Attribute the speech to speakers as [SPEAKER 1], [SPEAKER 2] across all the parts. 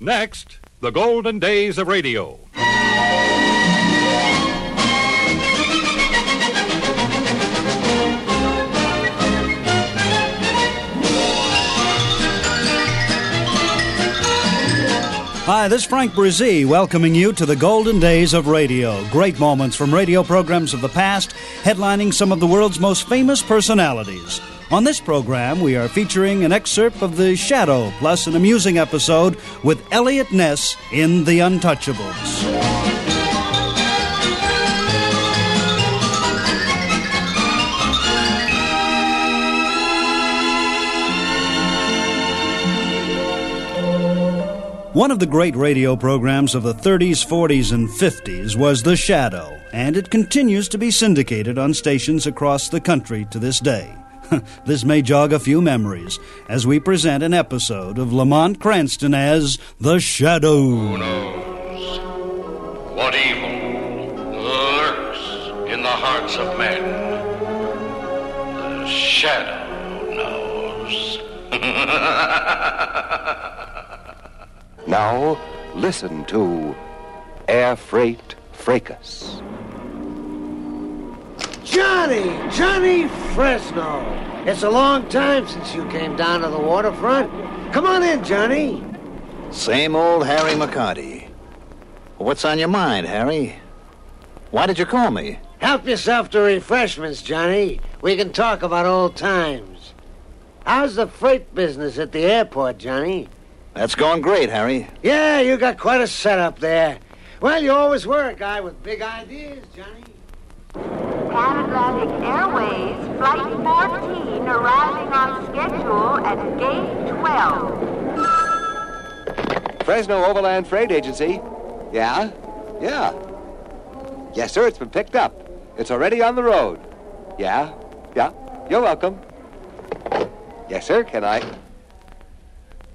[SPEAKER 1] Next, the golden days of radio.
[SPEAKER 2] Hi, this is Frank Brzee welcoming you to the golden days of radio. Great moments from radio programs of the past, headlining some of the world's most famous personalities. On this program, we are featuring an excerpt of The Shadow, plus an amusing episode with Elliot Ness in The Untouchables. One of the great radio programs of the 30s, 40s, and 50s was The Shadow, and it continues to be syndicated on stations across the country to this day. this may jog a few memories as we present an episode of Lamont Cranston as The Shadow.
[SPEAKER 3] knows what evil lurks in the hearts of men. The shadow knows.
[SPEAKER 4] Now, listen to Air Freight Fracas.
[SPEAKER 5] Johnny, Johnny Fresno. It's a long time since you came down to the waterfront. Come on in, Johnny.
[SPEAKER 6] Same old Harry McCarty. What's on your mind, Harry? Why did you call me?
[SPEAKER 5] Help yourself to refreshments, Johnny. We can talk about old times. How's the freight business at the airport, Johnny?
[SPEAKER 6] That's going great, Harry.
[SPEAKER 5] Yeah, you got quite a setup there. Well, you always were a guy with big ideas, Johnny.
[SPEAKER 7] Pan Atlantic Airways Flight 14 arriving on schedule at gate 12.
[SPEAKER 4] Fresno Overland Freight Agency. Yeah? Yeah. Yes, sir, it's been picked up. It's already on the road. Yeah? Yeah? You're welcome. Yes, sir, can I?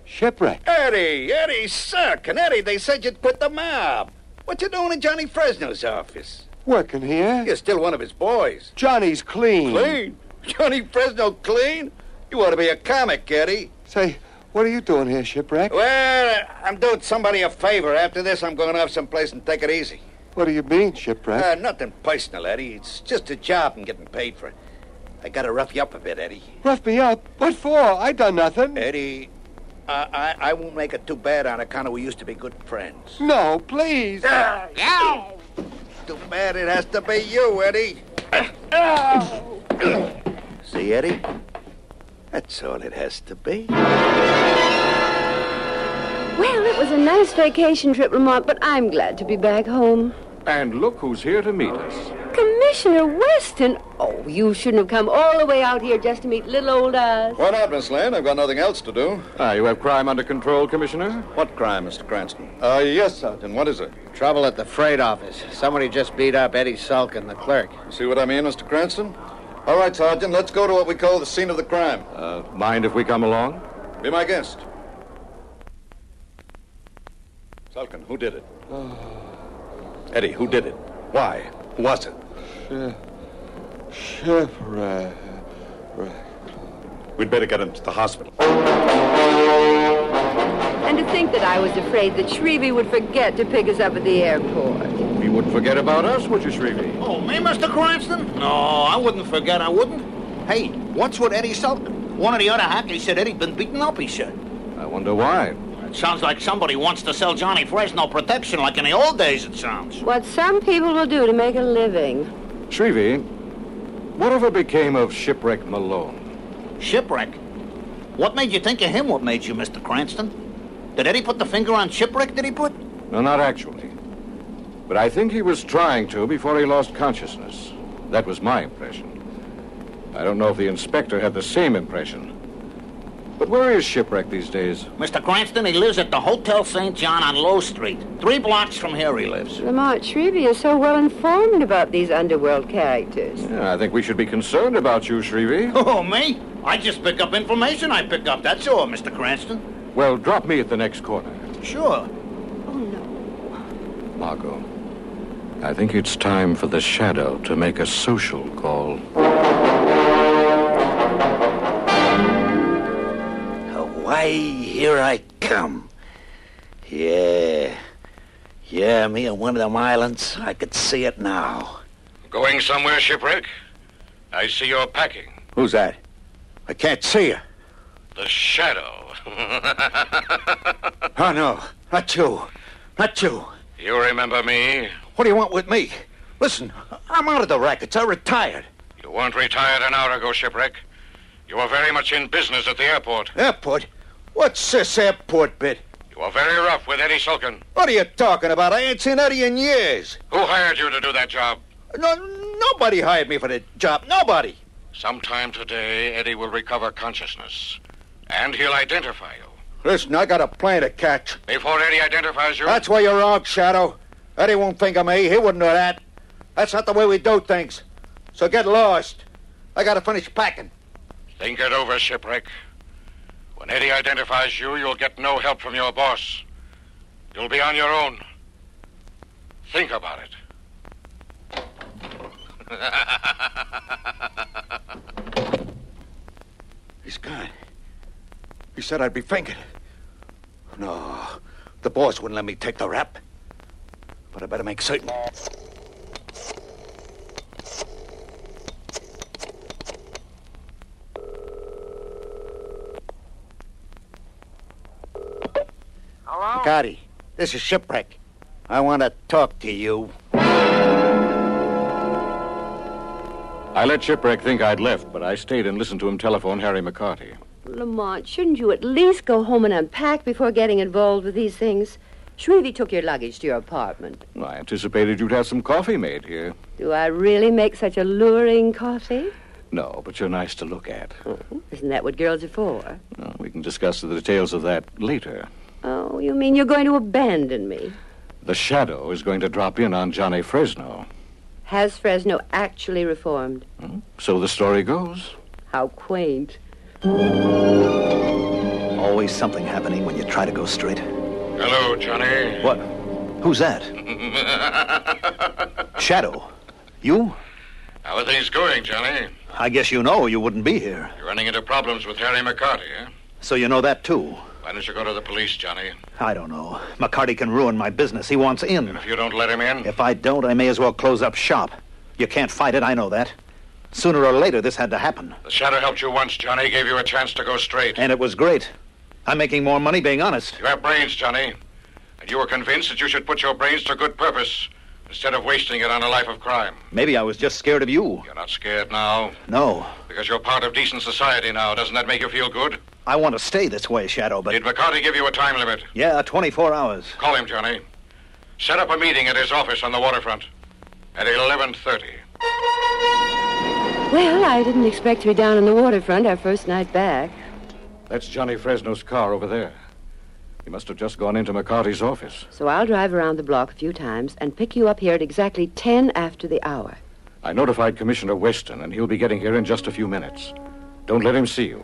[SPEAKER 4] Shipwreck.
[SPEAKER 8] Eddie, Eddie, suck. And Eddie, they said you'd quit the mob. What you doing in Johnny Fresno's office?
[SPEAKER 4] Working here.
[SPEAKER 8] You're still one of his boys.
[SPEAKER 4] Johnny's clean.
[SPEAKER 8] Clean? Johnny Fresno clean? You ought to be a comic, Eddie.
[SPEAKER 4] Say, what are you doing here, Shipwreck?
[SPEAKER 8] Well, I'm doing somebody a favor. After this, I'm going off someplace and take it easy.
[SPEAKER 4] What do you mean, Shipwreck?
[SPEAKER 8] Uh, nothing personal, Eddie. It's just a job and getting paid for it. I gotta rough you up a bit, Eddie.
[SPEAKER 4] Rough me up. What for? I done nothing.
[SPEAKER 8] Eddie, I, I, I won't make it too bad on account of we used to be good friends.
[SPEAKER 4] No, please.
[SPEAKER 8] Ah, Too bad it has to be you, Eddie.
[SPEAKER 4] Ah.
[SPEAKER 8] See, Eddie? That's all it has to be.
[SPEAKER 9] Well, it was a nice vacation trip, Lamont, but I'm glad to be back home.
[SPEAKER 1] And look who's here to meet us.
[SPEAKER 9] Commissioner Weston, oh, you shouldn't have come all the way out here just to meet little old us.
[SPEAKER 8] Why not, Miss Lane? I've got nothing else to do.
[SPEAKER 1] Ah, you have crime under control, Commissioner?
[SPEAKER 8] What crime, Mr. Cranston?
[SPEAKER 1] Uh, yes, sir.
[SPEAKER 8] Then what is it?
[SPEAKER 10] Trouble at the freight office. Somebody just beat up Eddie Sulkin, the clerk.
[SPEAKER 8] See what I mean, Mr. Cranston? All right, Sergeant, let's go to what we call the scene of the crime.
[SPEAKER 1] Uh, mind if we come along?
[SPEAKER 8] Be my guest. Sulkin, who did it? Eddie, who did it? Why? Who was it?
[SPEAKER 4] Shipwreck.
[SPEAKER 8] We'd better get him to the hospital.
[SPEAKER 9] And to think that I was afraid that Shrevey would forget to pick us up at the airport.
[SPEAKER 1] You wouldn't forget about us, would you, Shrevey?
[SPEAKER 10] Oh, me, Mr. Cranston? No, I wouldn't forget, I wouldn't. Hey, what's with Eddie Sulkin? One of the other hackers said Eddie been beaten up, he said.
[SPEAKER 1] I wonder why.
[SPEAKER 10] It sounds like somebody wants to sell Johnny Fresno protection like in the old days, it sounds.
[SPEAKER 9] What some people will do to make a living.
[SPEAKER 1] Shrevey, whatever became of Shipwreck Malone?
[SPEAKER 10] Shipwreck. What made you think of him? What made you, Mr. Cranston? Did Eddie put the finger on Shipwreck, did he put?
[SPEAKER 1] No, not actually. But I think he was trying to before he lost consciousness. That was my impression. I don't know if the inspector had the same impression. But where is Shipwreck these days?
[SPEAKER 10] Mr. Cranston, he lives at the Hotel St. John on Low Street. Three blocks from here he lives.
[SPEAKER 9] Lamont, Shrevey is so well informed about these underworld characters.
[SPEAKER 1] Yeah, I think we should be concerned about you, Shrevey.
[SPEAKER 10] Oh, me? I just pick up information I pick up. That's all, Mr. Cranston.
[SPEAKER 1] Well, drop me at the next corner.
[SPEAKER 10] Sure.
[SPEAKER 1] Margot, I think it's time for the shadow to make a social call.
[SPEAKER 8] Why, here I come.
[SPEAKER 10] Yeah. Yeah, me and one of them islands. I could see it now.
[SPEAKER 3] Going somewhere, shipwreck? I see you're packing.
[SPEAKER 10] Who's that? I can't see you.
[SPEAKER 3] The shadow.
[SPEAKER 1] Uh.
[SPEAKER 10] Oh, no. Not you. Not you.
[SPEAKER 3] you remember me?
[SPEAKER 10] What do you want with me? Listen, I'm out of the rackets. I retired.
[SPEAKER 3] You weren't retired an hour ago, shipwreck. You were very much in business at the airport.
[SPEAKER 10] Airport? What's this airport bit?
[SPEAKER 3] You were very rough with Eddie Sulkin.
[SPEAKER 10] What are you talking about? I ain't seen Eddie in years.
[SPEAKER 3] Who hired you to do that job?
[SPEAKER 10] No, nobody hired me for the job. Nobody.
[SPEAKER 3] Sometime today, Eddie will recover consciousness. And he'll identify you.
[SPEAKER 10] Listen, I got a plane to catch.
[SPEAKER 3] Before Eddie identifies you,
[SPEAKER 10] That's where you're wrong, Shadow. Eddie won't think of me. He wouldn't do that. That's not the way we do things. So get lost. I gotta finish packing.
[SPEAKER 3] think it over, shipwreck. When Eddie identifies you, you'll get no help from your boss. You'll be on your own. Think about it.
[SPEAKER 10] He's gone. He said I'd be fingered. No, the boss wouldn't let me take the rap. But I better make certain.
[SPEAKER 5] Hello?
[SPEAKER 10] Gotti, this is Shipwreck. I want to talk to you.
[SPEAKER 1] I let Shipwreck think I'd left, but I stayed and listened to him telephone Harry McCarty.
[SPEAKER 9] Lamont, shouldn't you at least go home and unpack before getting involved with these things? Shrevey took your luggage to your apartment.
[SPEAKER 1] Well, I anticipated you'd have some coffee made here.
[SPEAKER 9] Do I really make such alluring coffee?
[SPEAKER 1] No, but you're nice to look at.
[SPEAKER 9] Isn't that what girls are for?
[SPEAKER 1] Well, we can discuss the details of that later.
[SPEAKER 9] Oh, you mean you're going to abandon me?
[SPEAKER 1] The shadow is going to drop in on Johnny Fresno.
[SPEAKER 9] Has Fresno actually reformed?
[SPEAKER 1] So the story goes.
[SPEAKER 9] How quaint.
[SPEAKER 6] Always something happening when you try to go straight.
[SPEAKER 3] Hello, Johnny.
[SPEAKER 6] What? Who's that? Shadow. You?
[SPEAKER 3] How are things going, Johnny?
[SPEAKER 6] I guess you know you wouldn't be here.
[SPEAKER 3] You're running into problems with Harry McCarty, eh?
[SPEAKER 6] So you know that too.
[SPEAKER 3] Why don't you go to the police, Johnny?
[SPEAKER 6] I don't know. McCarty can ruin my business. He wants in.
[SPEAKER 3] If you don't let him in,
[SPEAKER 6] If I don't, I may as well close up shop. You can't fight it, I know that. Sooner or later, this had to happen.
[SPEAKER 3] the shadow helped you once, Johnny, gave you a chance to go straight.
[SPEAKER 6] And it was great. I'm making more money being honest.
[SPEAKER 3] You have brains, Johnny. And you were convinced that you should put your brains to good purpose instead of wasting it on a life of crime.
[SPEAKER 6] Maybe I was just scared of you.
[SPEAKER 3] You're not scared now
[SPEAKER 6] No.
[SPEAKER 3] because you're part of decent society now. Doesn't that make you feel good?
[SPEAKER 6] I want to stay this way, Shadow, but.
[SPEAKER 3] Did McCarty give you a time limit?
[SPEAKER 6] Yeah, 24 hours.
[SPEAKER 3] Call him, Johnny. Set up a meeting at his office on the waterfront at 11:30.
[SPEAKER 9] Well, I didn't expect to be down on the waterfront our first night back.
[SPEAKER 1] That's Johnny Fresno's car over there. He must have just gone into McCarty's office.
[SPEAKER 9] So I'll drive around the block a few times and pick you up here at exactly 10 after the hour.
[SPEAKER 1] I notified Commissioner Weston, and he'll be getting here in just a few minutes. Don't let him see you.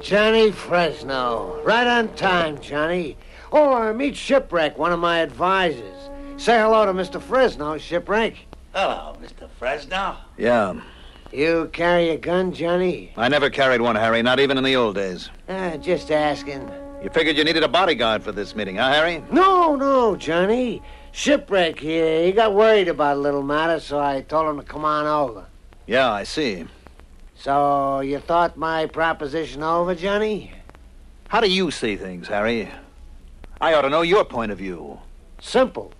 [SPEAKER 5] Johnny Fresno. Right on time, Johnny. Or meet Shipwreck, one of my advisors. Say hello to Mr. Fresno, Shipwreck.
[SPEAKER 10] Hello, Mr. Fresno.
[SPEAKER 6] Yeah.
[SPEAKER 5] You carry a gun, Johnny?
[SPEAKER 6] I never carried one, Harry, not even in the old days.
[SPEAKER 5] Ah, just asking.
[SPEAKER 6] You figured you needed a bodyguard for this meeting, huh, Harry?
[SPEAKER 5] No, no, Johnny. Shipwreck here. He got worried about a little matter, so I told him to come on over.
[SPEAKER 6] Yeah, I see.
[SPEAKER 5] So you thought my proposition over, Johnny?
[SPEAKER 6] How do you see things, Harry? I ought to know your point of view.
[SPEAKER 5] Simple.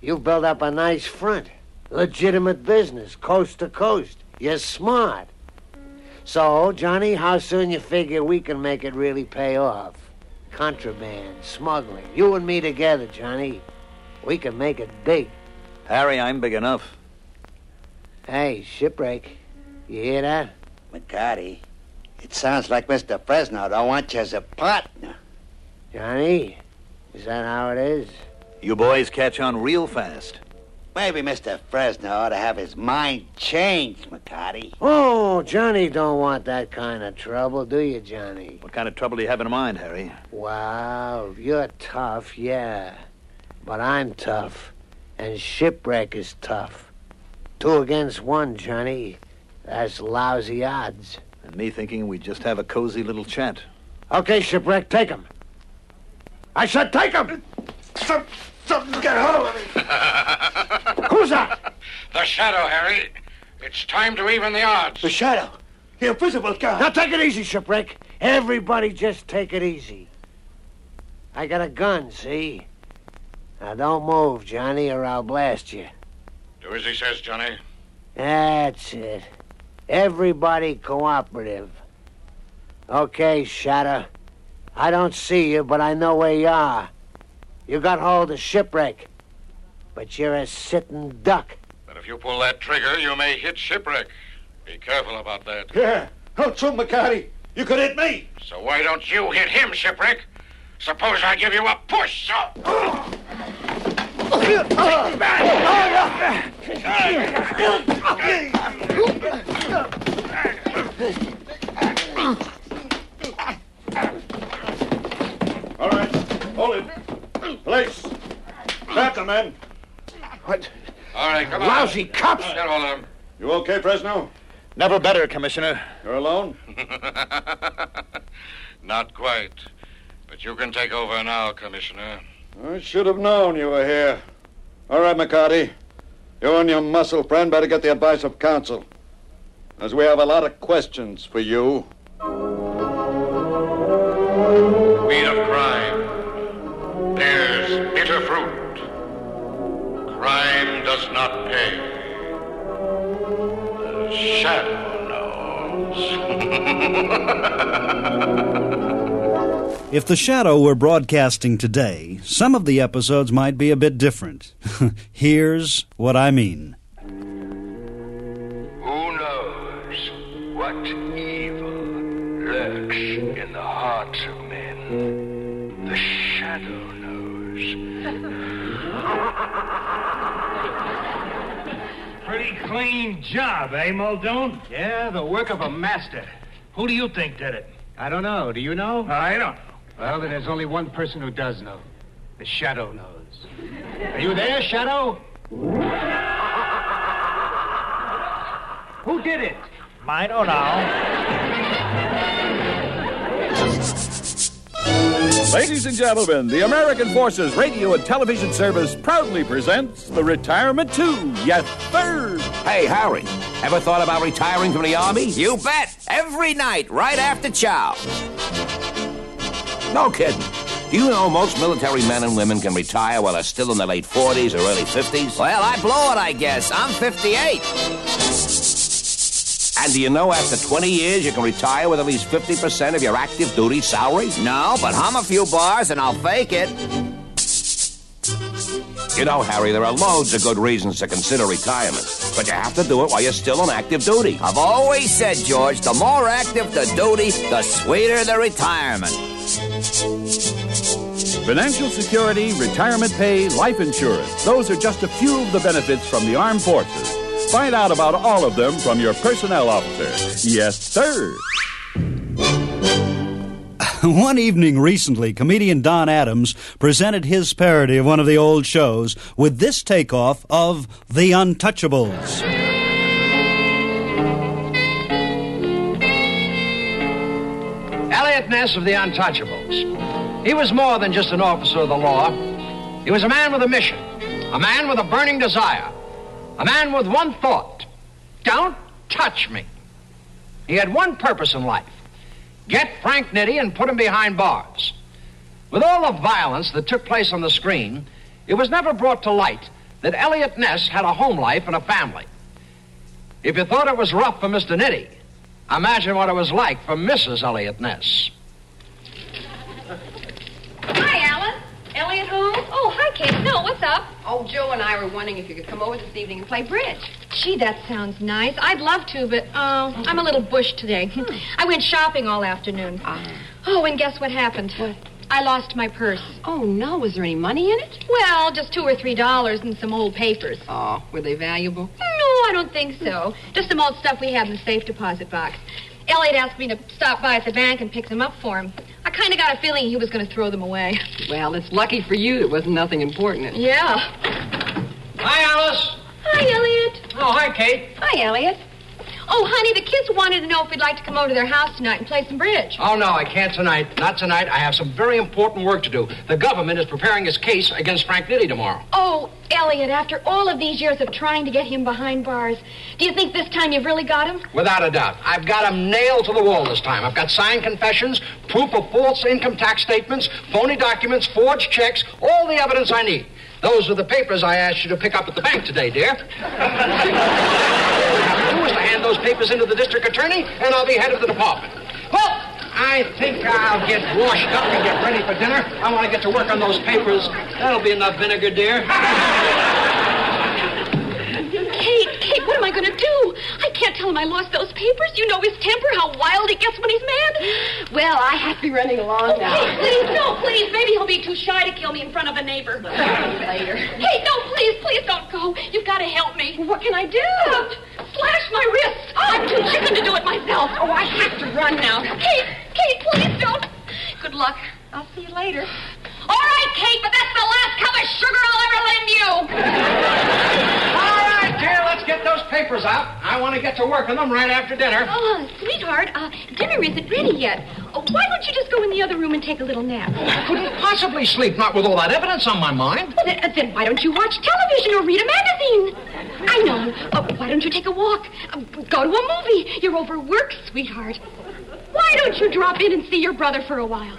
[SPEAKER 5] You build up a nice front, legitimate business, coast to coast. You're smart. So, Johnny, how soon you figure we can make it really pay off? Contraband, smuggling, you and me together, Johnny. We can make it big.
[SPEAKER 6] Harry, I'm big enough.
[SPEAKER 5] Hey, shipwreck, you hear that?
[SPEAKER 10] McCarty, it sounds like Mr. Fresno don't want you as a partner.
[SPEAKER 5] Johnny, is that how it is?
[SPEAKER 6] You boys catch on real fast.
[SPEAKER 10] Maybe Mr. Fresno ought to have his mind changed, McCarty.
[SPEAKER 5] Oh, Johnny don't want that kind of trouble, do you, Johnny?
[SPEAKER 6] What kind of trouble do you have in mind, Harry?
[SPEAKER 5] Wow, you're tough, yeah. But I'm tough. And Shipwreck is tough. Two against one, Johnny. That's lousy odds.
[SPEAKER 6] And me thinking we'd just have a cozy little chat.
[SPEAKER 5] Okay, Shipwreck, take him. I said take him!
[SPEAKER 8] Something get hold of me.
[SPEAKER 5] Who's that?
[SPEAKER 3] The shadow, Harry. It's time to even the odds.
[SPEAKER 5] The shadow.
[SPEAKER 8] The invisible guy.
[SPEAKER 5] Now take it easy, Shipwreck. Everybody just take it easy. I got a gun, see? Now don't move, Johnny, or I'll blast you.
[SPEAKER 3] Do as he says, Johnny.
[SPEAKER 5] That's it. Everybody cooperative. Okay, Shatter. I don't see you, but I know where you are. You got hold of shipwreck, but you're a sitting duck.
[SPEAKER 3] But if you pull that trigger, you may hit shipwreck. Be careful about that.
[SPEAKER 8] Yeah. Oh, true, McCarty. You could hit me.
[SPEAKER 3] So why don't you hit him, shipwreck? Suppose I give you a push. So...
[SPEAKER 8] All right. Hold it. Place. Trap the men. What?
[SPEAKER 3] All right, come on.
[SPEAKER 5] Lousy cops.
[SPEAKER 3] Get hold of him.
[SPEAKER 8] You okay, Fresno?
[SPEAKER 6] Never better, Commissioner.
[SPEAKER 8] You're alone?
[SPEAKER 3] Not quite. But you can take over now, Commissioner.
[SPEAKER 8] I should have known you were here. All right, McCarty. You and your muscle friend better get the advice of counsel. As we have a lot of questions for you.
[SPEAKER 3] Weed of crime. There's bitter fruit. Crime does not pay. The shadow knows.
[SPEAKER 2] If The Shadow were broadcasting today, some of the episodes might be a bit different. Here's what I mean.
[SPEAKER 11] Who knows what evil lurks in the hearts of men? The shadow
[SPEAKER 12] Pretty clean job, eh, Muldoon? Yeah, the work of a master. Who do you think did it? I don't know. Do you know? I don't know. Well, then there's only one person who does know. The Shadow knows. Are you there, Shadow? who did it? I don't
[SPEAKER 13] Ladies and gentlemen, the American Forces Radio and Television Service proudly presents the Retirement 2. Yes, sir.
[SPEAKER 14] Hey, Harry, ever thought about retiring from the Army? You bet! Every night, right after chow. No kidding. Do you know most military men and women can retire while they're still in their late 40s or early 50s? Well, I blow it, I guess. I'm 58. And do you know after 20 years you can retire with at least 50% of your active duty salary? No, but hum a few bars and I'll fake it. You know, Harry, there are loads of good reasons to consider retirement, but you have to do it while you're still on active duty. I've always said, George, the more active the duty, the sweeter the retirement.
[SPEAKER 13] Financial security, retirement pay, life insurance. Those are just a few of the benefits from the armed forces. Find out about all of them from your personnel officer. Yes, sir.
[SPEAKER 2] one evening recently, comedian Don Adams presented his parody of one of the old shows with this takeoff of The Untouchables.
[SPEAKER 12] Elliot Ness of the Untouchables. He was more than just an officer of the law. He was a man with a mission, a man with a burning desire, a man with one thought don't touch me. He had one purpose in life get Frank Nitti and put him behind bars. With all the violence that took place on the screen, it was never brought to light that Elliot Ness had a home life and a family. If you thought it was rough for Mr. Nitti, imagine what it was like for Mrs. Elliot Ness.
[SPEAKER 15] Hi, Alan. Elliot home? Oh, hi, Kate. No, what's up? Oh, Joe and I were wondering if you could come over this evening and play bridge. Gee, that sounds nice. I'd love to, but uh, I'm a little bush today. I went shopping all afternoon. Oh, and guess what happened? What? I lost my purse. Oh, no. Was there any money in it? Well, just two or three dollars and some old papers. Oh, were they valuable? No, I don't think so. Just some old stuff we had in the safe deposit box. Elliot asked me to stop by at the bank and pick them up for him. I kind of got a feeling he was going to throw them away.
[SPEAKER 16] Well, it's lucky for you there wasn't nothing important.
[SPEAKER 15] Yeah.
[SPEAKER 12] Hi, Alice.
[SPEAKER 15] Hi, Elliot.
[SPEAKER 12] Oh, hi, Kate.
[SPEAKER 15] Hi, Elliot. Oh, honey, the kids wanted to know if we'd like to come over to their house tonight and play some bridge.
[SPEAKER 12] Oh, no, I can't tonight. Not tonight. I have some very important work to do. The government is preparing his case against Frank Nitty tomorrow.
[SPEAKER 15] Oh, Elliot, after all of these years of trying to get him behind bars, do you think this time you've really got him?
[SPEAKER 12] Without a doubt. I've got him nailed to the wall this time. I've got signed confessions, proof of false income tax statements, phony documents, forged checks, all the evidence I need. Those are the papers I asked you to pick up at the bank today, dear. What you have to do is to hand those papers into the district attorney, and I'll be head of the department. Well, I think I'll get washed up and get ready for dinner. I want to get to work on those papers. That'll be enough vinegar, dear.
[SPEAKER 15] Kate, Kate, what am I going to do? I can't tell him I lost those papers. You know his temper, how wild he gets when he's mad. Well, I have to be running along
[SPEAKER 7] now.
[SPEAKER 15] Please, please, no, please. Maybe he'll be too shy to kill me in front of a neighbor.
[SPEAKER 7] Later.
[SPEAKER 15] Kate, no, please, please don't go. You've got to help me. What can I do? slash my wrist. I'm too chicken to do it myself. Oh, I have to run now. Kate, Kate, please don't. Good luck. I'll see you later. All right, Kate, but that's the last cup of sugar I'll ever lend you.
[SPEAKER 12] All right, dear, let's get those papers out. I want to get to work on them right after dinner.
[SPEAKER 15] Oh, sweetheart, uh, dinner isn't ready yet. Oh, why don't you just go in the other room and take a little nap?
[SPEAKER 12] I couldn't possibly sleep, not with all that evidence on my mind.
[SPEAKER 15] Well, then, uh, then why don't you watch television or read a magazine? I know. Uh, why don't you take a walk? Uh, go to a movie. You're overworked, sweetheart. Why don't you drop in and see your brother for a while?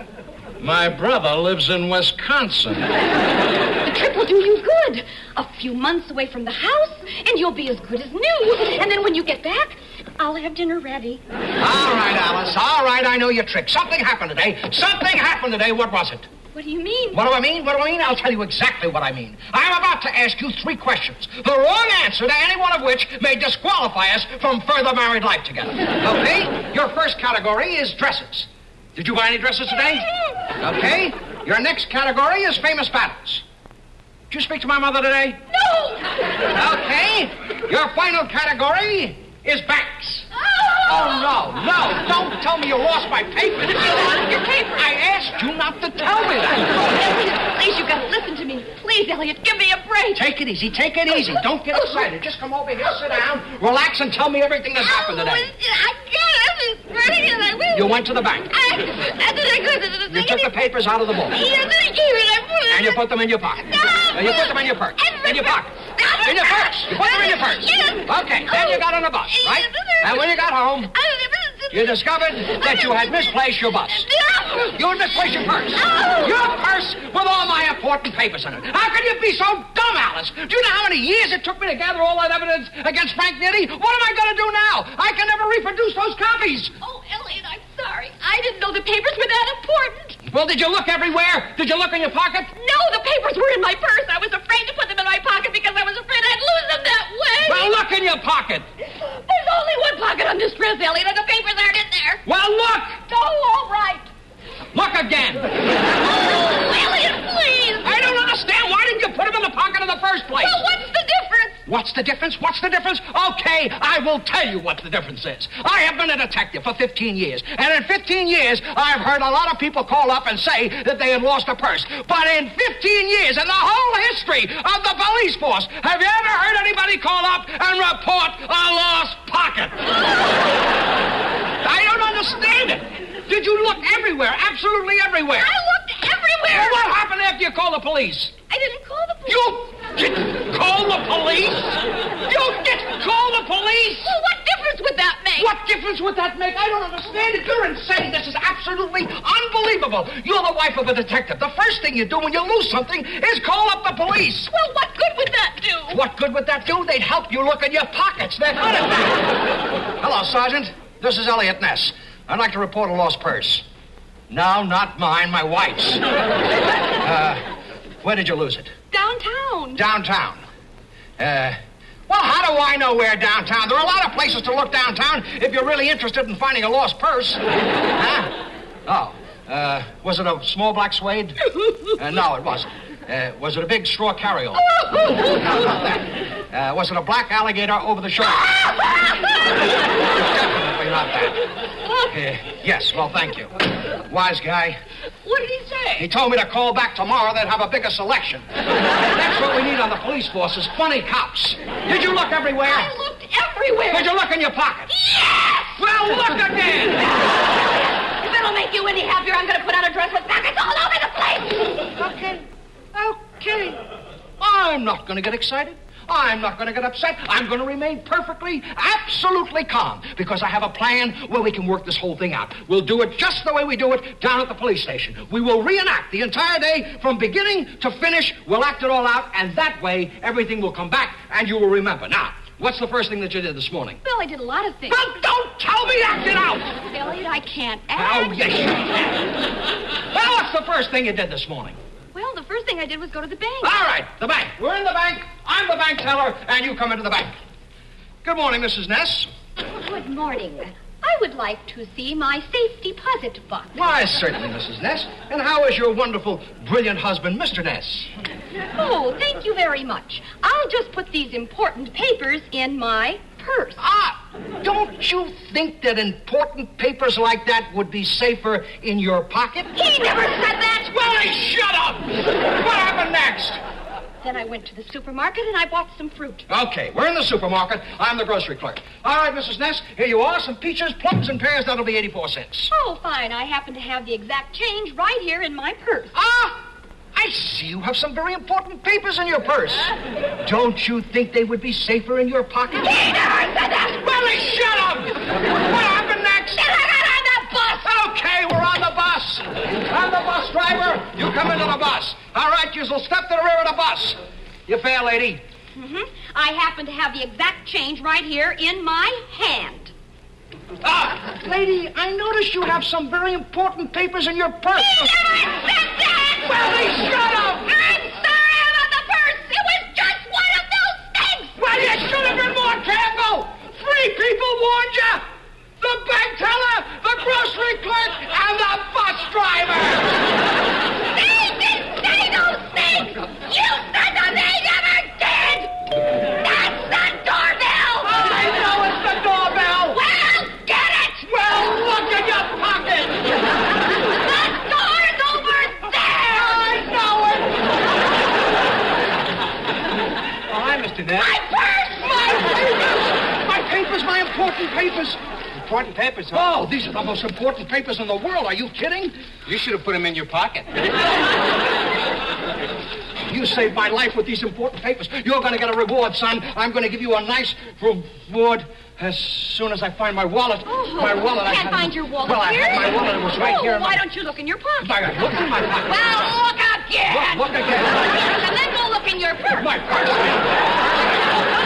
[SPEAKER 12] My brother lives in Wisconsin.
[SPEAKER 15] The trip will do you good. A few months away from the house, and you'll be as good as new. And then when you get back, I'll have dinner ready.
[SPEAKER 12] All right, Alice. All right, I know your trick. Something happened today. Something happened today. What was it?
[SPEAKER 15] What do you mean?
[SPEAKER 12] What do I mean? What do I mean? I'll tell you exactly what I mean. I'm about to ask you three questions, the wrong answer to any one of which may disqualify us from further married life together. Okay? Your first category is dresses. Did you buy any dresses today? Okay? Your next category is famous battles. Did you speak to my mother today?
[SPEAKER 15] No!
[SPEAKER 12] Okay. Your final category is banks. Oh, no, no. Don't tell me you lost my papers.
[SPEAKER 15] You lost your papers.
[SPEAKER 12] I asked you not to tell me that.
[SPEAKER 15] Please, you've got to listen to me. Please, Elliot, give me a break.
[SPEAKER 12] Take it easy. Take it easy. Don't get excited. Just come over here, sit down, relax, and tell me everything that's happened today.
[SPEAKER 7] I got it. ready and I will.
[SPEAKER 12] You went to the bank.
[SPEAKER 7] I, I did I go to the
[SPEAKER 12] You took the papers out of the book.
[SPEAKER 7] Yes, I gave it. I put it.
[SPEAKER 12] And you put them in your pocket. And you put them in your purse. In your pocket. In your purse. You put them in your purse. Okay, then you got on a bus, right? And when you got home, you discovered that you had misplaced your bus. You had misplaced your purse. Your purse with all my important papers in it. How could you be so dumb, Alice? Do you know how many years it took me to gather all that evidence against Frank Nitty? What am I going to do now? I can never reproduce those copies.
[SPEAKER 15] Oh, Elliot, I'm sorry. I didn't know the papers were that important.
[SPEAKER 12] Well, did you look everywhere? Did you look in your pocket?
[SPEAKER 15] No, the papers were in my purse. I was afraid to put them in my pocket because I was afraid I'd lose them that way.
[SPEAKER 12] Well, look in your pocket.
[SPEAKER 15] There's only one pocket on this dress, Elliot, and the papers aren't in there.
[SPEAKER 12] Well, look.
[SPEAKER 15] Oh, all right.
[SPEAKER 12] Look again.
[SPEAKER 15] Elliot, please.
[SPEAKER 12] I don't understand. Why didn't you put them in the pocket in the first place?
[SPEAKER 15] Well, what's the difference?
[SPEAKER 12] What's the difference? What's the difference? Okay, I will tell you what the difference is. I have been a detective for 15 years, and in 15 years, I've heard a lot of people call up and say that they had lost a purse. But in 15 years, in the whole history of the police force, have you ever heard anybody call up and report a lost pocket? I don't understand it. Did you look everywhere? Absolutely
[SPEAKER 15] I
[SPEAKER 12] everywhere.
[SPEAKER 15] looked everywhere.
[SPEAKER 12] Well, what happened after you called the police?
[SPEAKER 15] I didn't call the police.
[SPEAKER 12] You didn't call the police? You didn't call the police?
[SPEAKER 15] Well, what difference would that make?
[SPEAKER 12] What difference would that make? I don't understand it. You're insane. This is absolutely unbelievable. You're the wife of a detective. The first thing you do when you lose something is call up the police.
[SPEAKER 15] Well, what good would that do?
[SPEAKER 12] What good would that do? They'd help you look in your pockets. They're good at that. Hello, Sergeant. This is Elliot Ness. I'd like to report a lost purse. No, not mine, my wife's. Uh, where did you lose it?
[SPEAKER 15] Downtown.
[SPEAKER 12] Downtown. Uh, well, how do I know where downtown? There are a lot of places to look downtown if you're really interested in finding a lost purse. huh? Oh, uh, was it a small black suede? Uh, no, it wasn't. Uh, was it a big straw carryall? no, not that. Uh, was it a black alligator over the shoulder? Definitely not that. Uh, yes, well, thank you. Wise guy.
[SPEAKER 15] What did he say?
[SPEAKER 12] He told me to call back tomorrow. They'd have a bigger selection. That's what we need on the police force is funny cops. Did you look everywhere?
[SPEAKER 15] I looked
[SPEAKER 7] everywhere.
[SPEAKER 12] Would you look in your pocket?
[SPEAKER 7] Yes!
[SPEAKER 12] Well, look again!
[SPEAKER 7] if it'll make you any happier, I'm going to put out a dress with pockets all over the place.
[SPEAKER 12] Okay. Okay. I'm not going to get excited. I'm not going to get upset. I'm going to remain perfectly, absolutely calm because I have a plan where we can work this whole thing out. We'll do it just the way we do it down at the police station. We will reenact the entire day from beginning to finish. We'll act it all out, and that way everything will come back and you will remember. Now, what's the first thing that you did this morning?
[SPEAKER 15] Bill, I did a lot of things.
[SPEAKER 12] Well, don't tell me act it out!
[SPEAKER 15] Elliot, I can't act.
[SPEAKER 12] Oh, yes, you did. Well, what's the first thing you did this morning?
[SPEAKER 15] Well, the first thing I did was go to the bank.
[SPEAKER 12] All right, the bank. We're in the bank. I'm the bank teller, and you come into the bank. Good morning, Mrs. Ness.
[SPEAKER 15] Good morning. I would like to see my safe deposit box.
[SPEAKER 12] Why, certainly, Mrs. Ness. And how is your wonderful, brilliant husband, Mr. Ness?
[SPEAKER 15] Oh, thank you very much. I'll just put these important papers in my purse.
[SPEAKER 12] Ah! Don't you think that important papers like that would be safer in your pocket?
[SPEAKER 15] He never said that.
[SPEAKER 12] Willie, shut up! What happened next?
[SPEAKER 15] Then I went to the supermarket and I bought some fruit.
[SPEAKER 12] Okay, we're in the supermarket. I'm the grocery clerk. All right, Mrs. Ness, here you are. Some peaches, plums, and pears. That'll be 84 cents.
[SPEAKER 15] Oh, fine. I happen to have the exact change right here in my purse.
[SPEAKER 12] Ah! I see you have some very important papers in your purse. Don't you think they would be safer in your pocket?
[SPEAKER 7] He never
[SPEAKER 15] Mm-hmm.
[SPEAKER 7] said that.
[SPEAKER 12] Willie, shut up! What happened next?
[SPEAKER 7] Then I got on the bus.
[SPEAKER 12] Okay, we're on the bus. I'm the bus driver. You come into the bus. All right, you'll step to the rear of the bus. You fair, lady.
[SPEAKER 15] Mm-hmm. I happen to have the exact change right here in my hand.
[SPEAKER 12] Ah, lady, I notice you have some very important papers in your purse.
[SPEAKER 7] He never said that.
[SPEAKER 12] Willie, shut up!
[SPEAKER 7] I'm sorry about the purse. It was just one of those things.
[SPEAKER 12] Well, you should have been more careful. Three people warned you. The bank teller, the grocery clerk, and the bus driver.
[SPEAKER 7] They didn't say those things. You said that they never did. That's the doorbell.
[SPEAKER 12] I know it's the doorbell.
[SPEAKER 7] Well, get it.
[SPEAKER 12] Well, look in your pocket.
[SPEAKER 7] The door's over there. I know it.
[SPEAKER 12] All right, Mr. Ned.
[SPEAKER 7] My purse.
[SPEAKER 12] My papers! My papers, my important papers. Important papers, huh? Oh, these are the most important papers in the world. Are you kidding? You should have put them in your pocket. you saved my life with these important papers. You're going to get a reward, son. I'm going to give you a nice reward as soon as I find my wallet.
[SPEAKER 15] Oh,
[SPEAKER 12] my wallet.
[SPEAKER 15] you
[SPEAKER 12] I
[SPEAKER 15] can't
[SPEAKER 12] had-
[SPEAKER 15] find your wallet
[SPEAKER 12] Well,
[SPEAKER 15] here.
[SPEAKER 12] I had my wallet. It was right
[SPEAKER 15] oh,
[SPEAKER 12] here. in
[SPEAKER 15] Why
[SPEAKER 12] my-
[SPEAKER 15] don't you look in your pocket?
[SPEAKER 12] I got- look in my pocket.
[SPEAKER 15] Well, look again.
[SPEAKER 12] Look- look again.
[SPEAKER 15] And then go look in your purse.
[SPEAKER 12] My purse.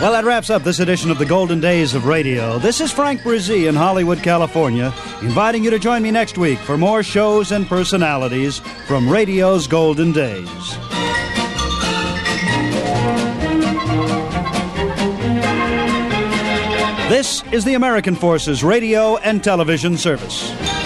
[SPEAKER 2] Well, that wraps up this edition of the Golden Days of Radio. This is Frank Brzee in Hollywood, California, inviting you to join me next week for more shows and personalities from radio's Golden Days. This is the American Forces Radio and Television Service.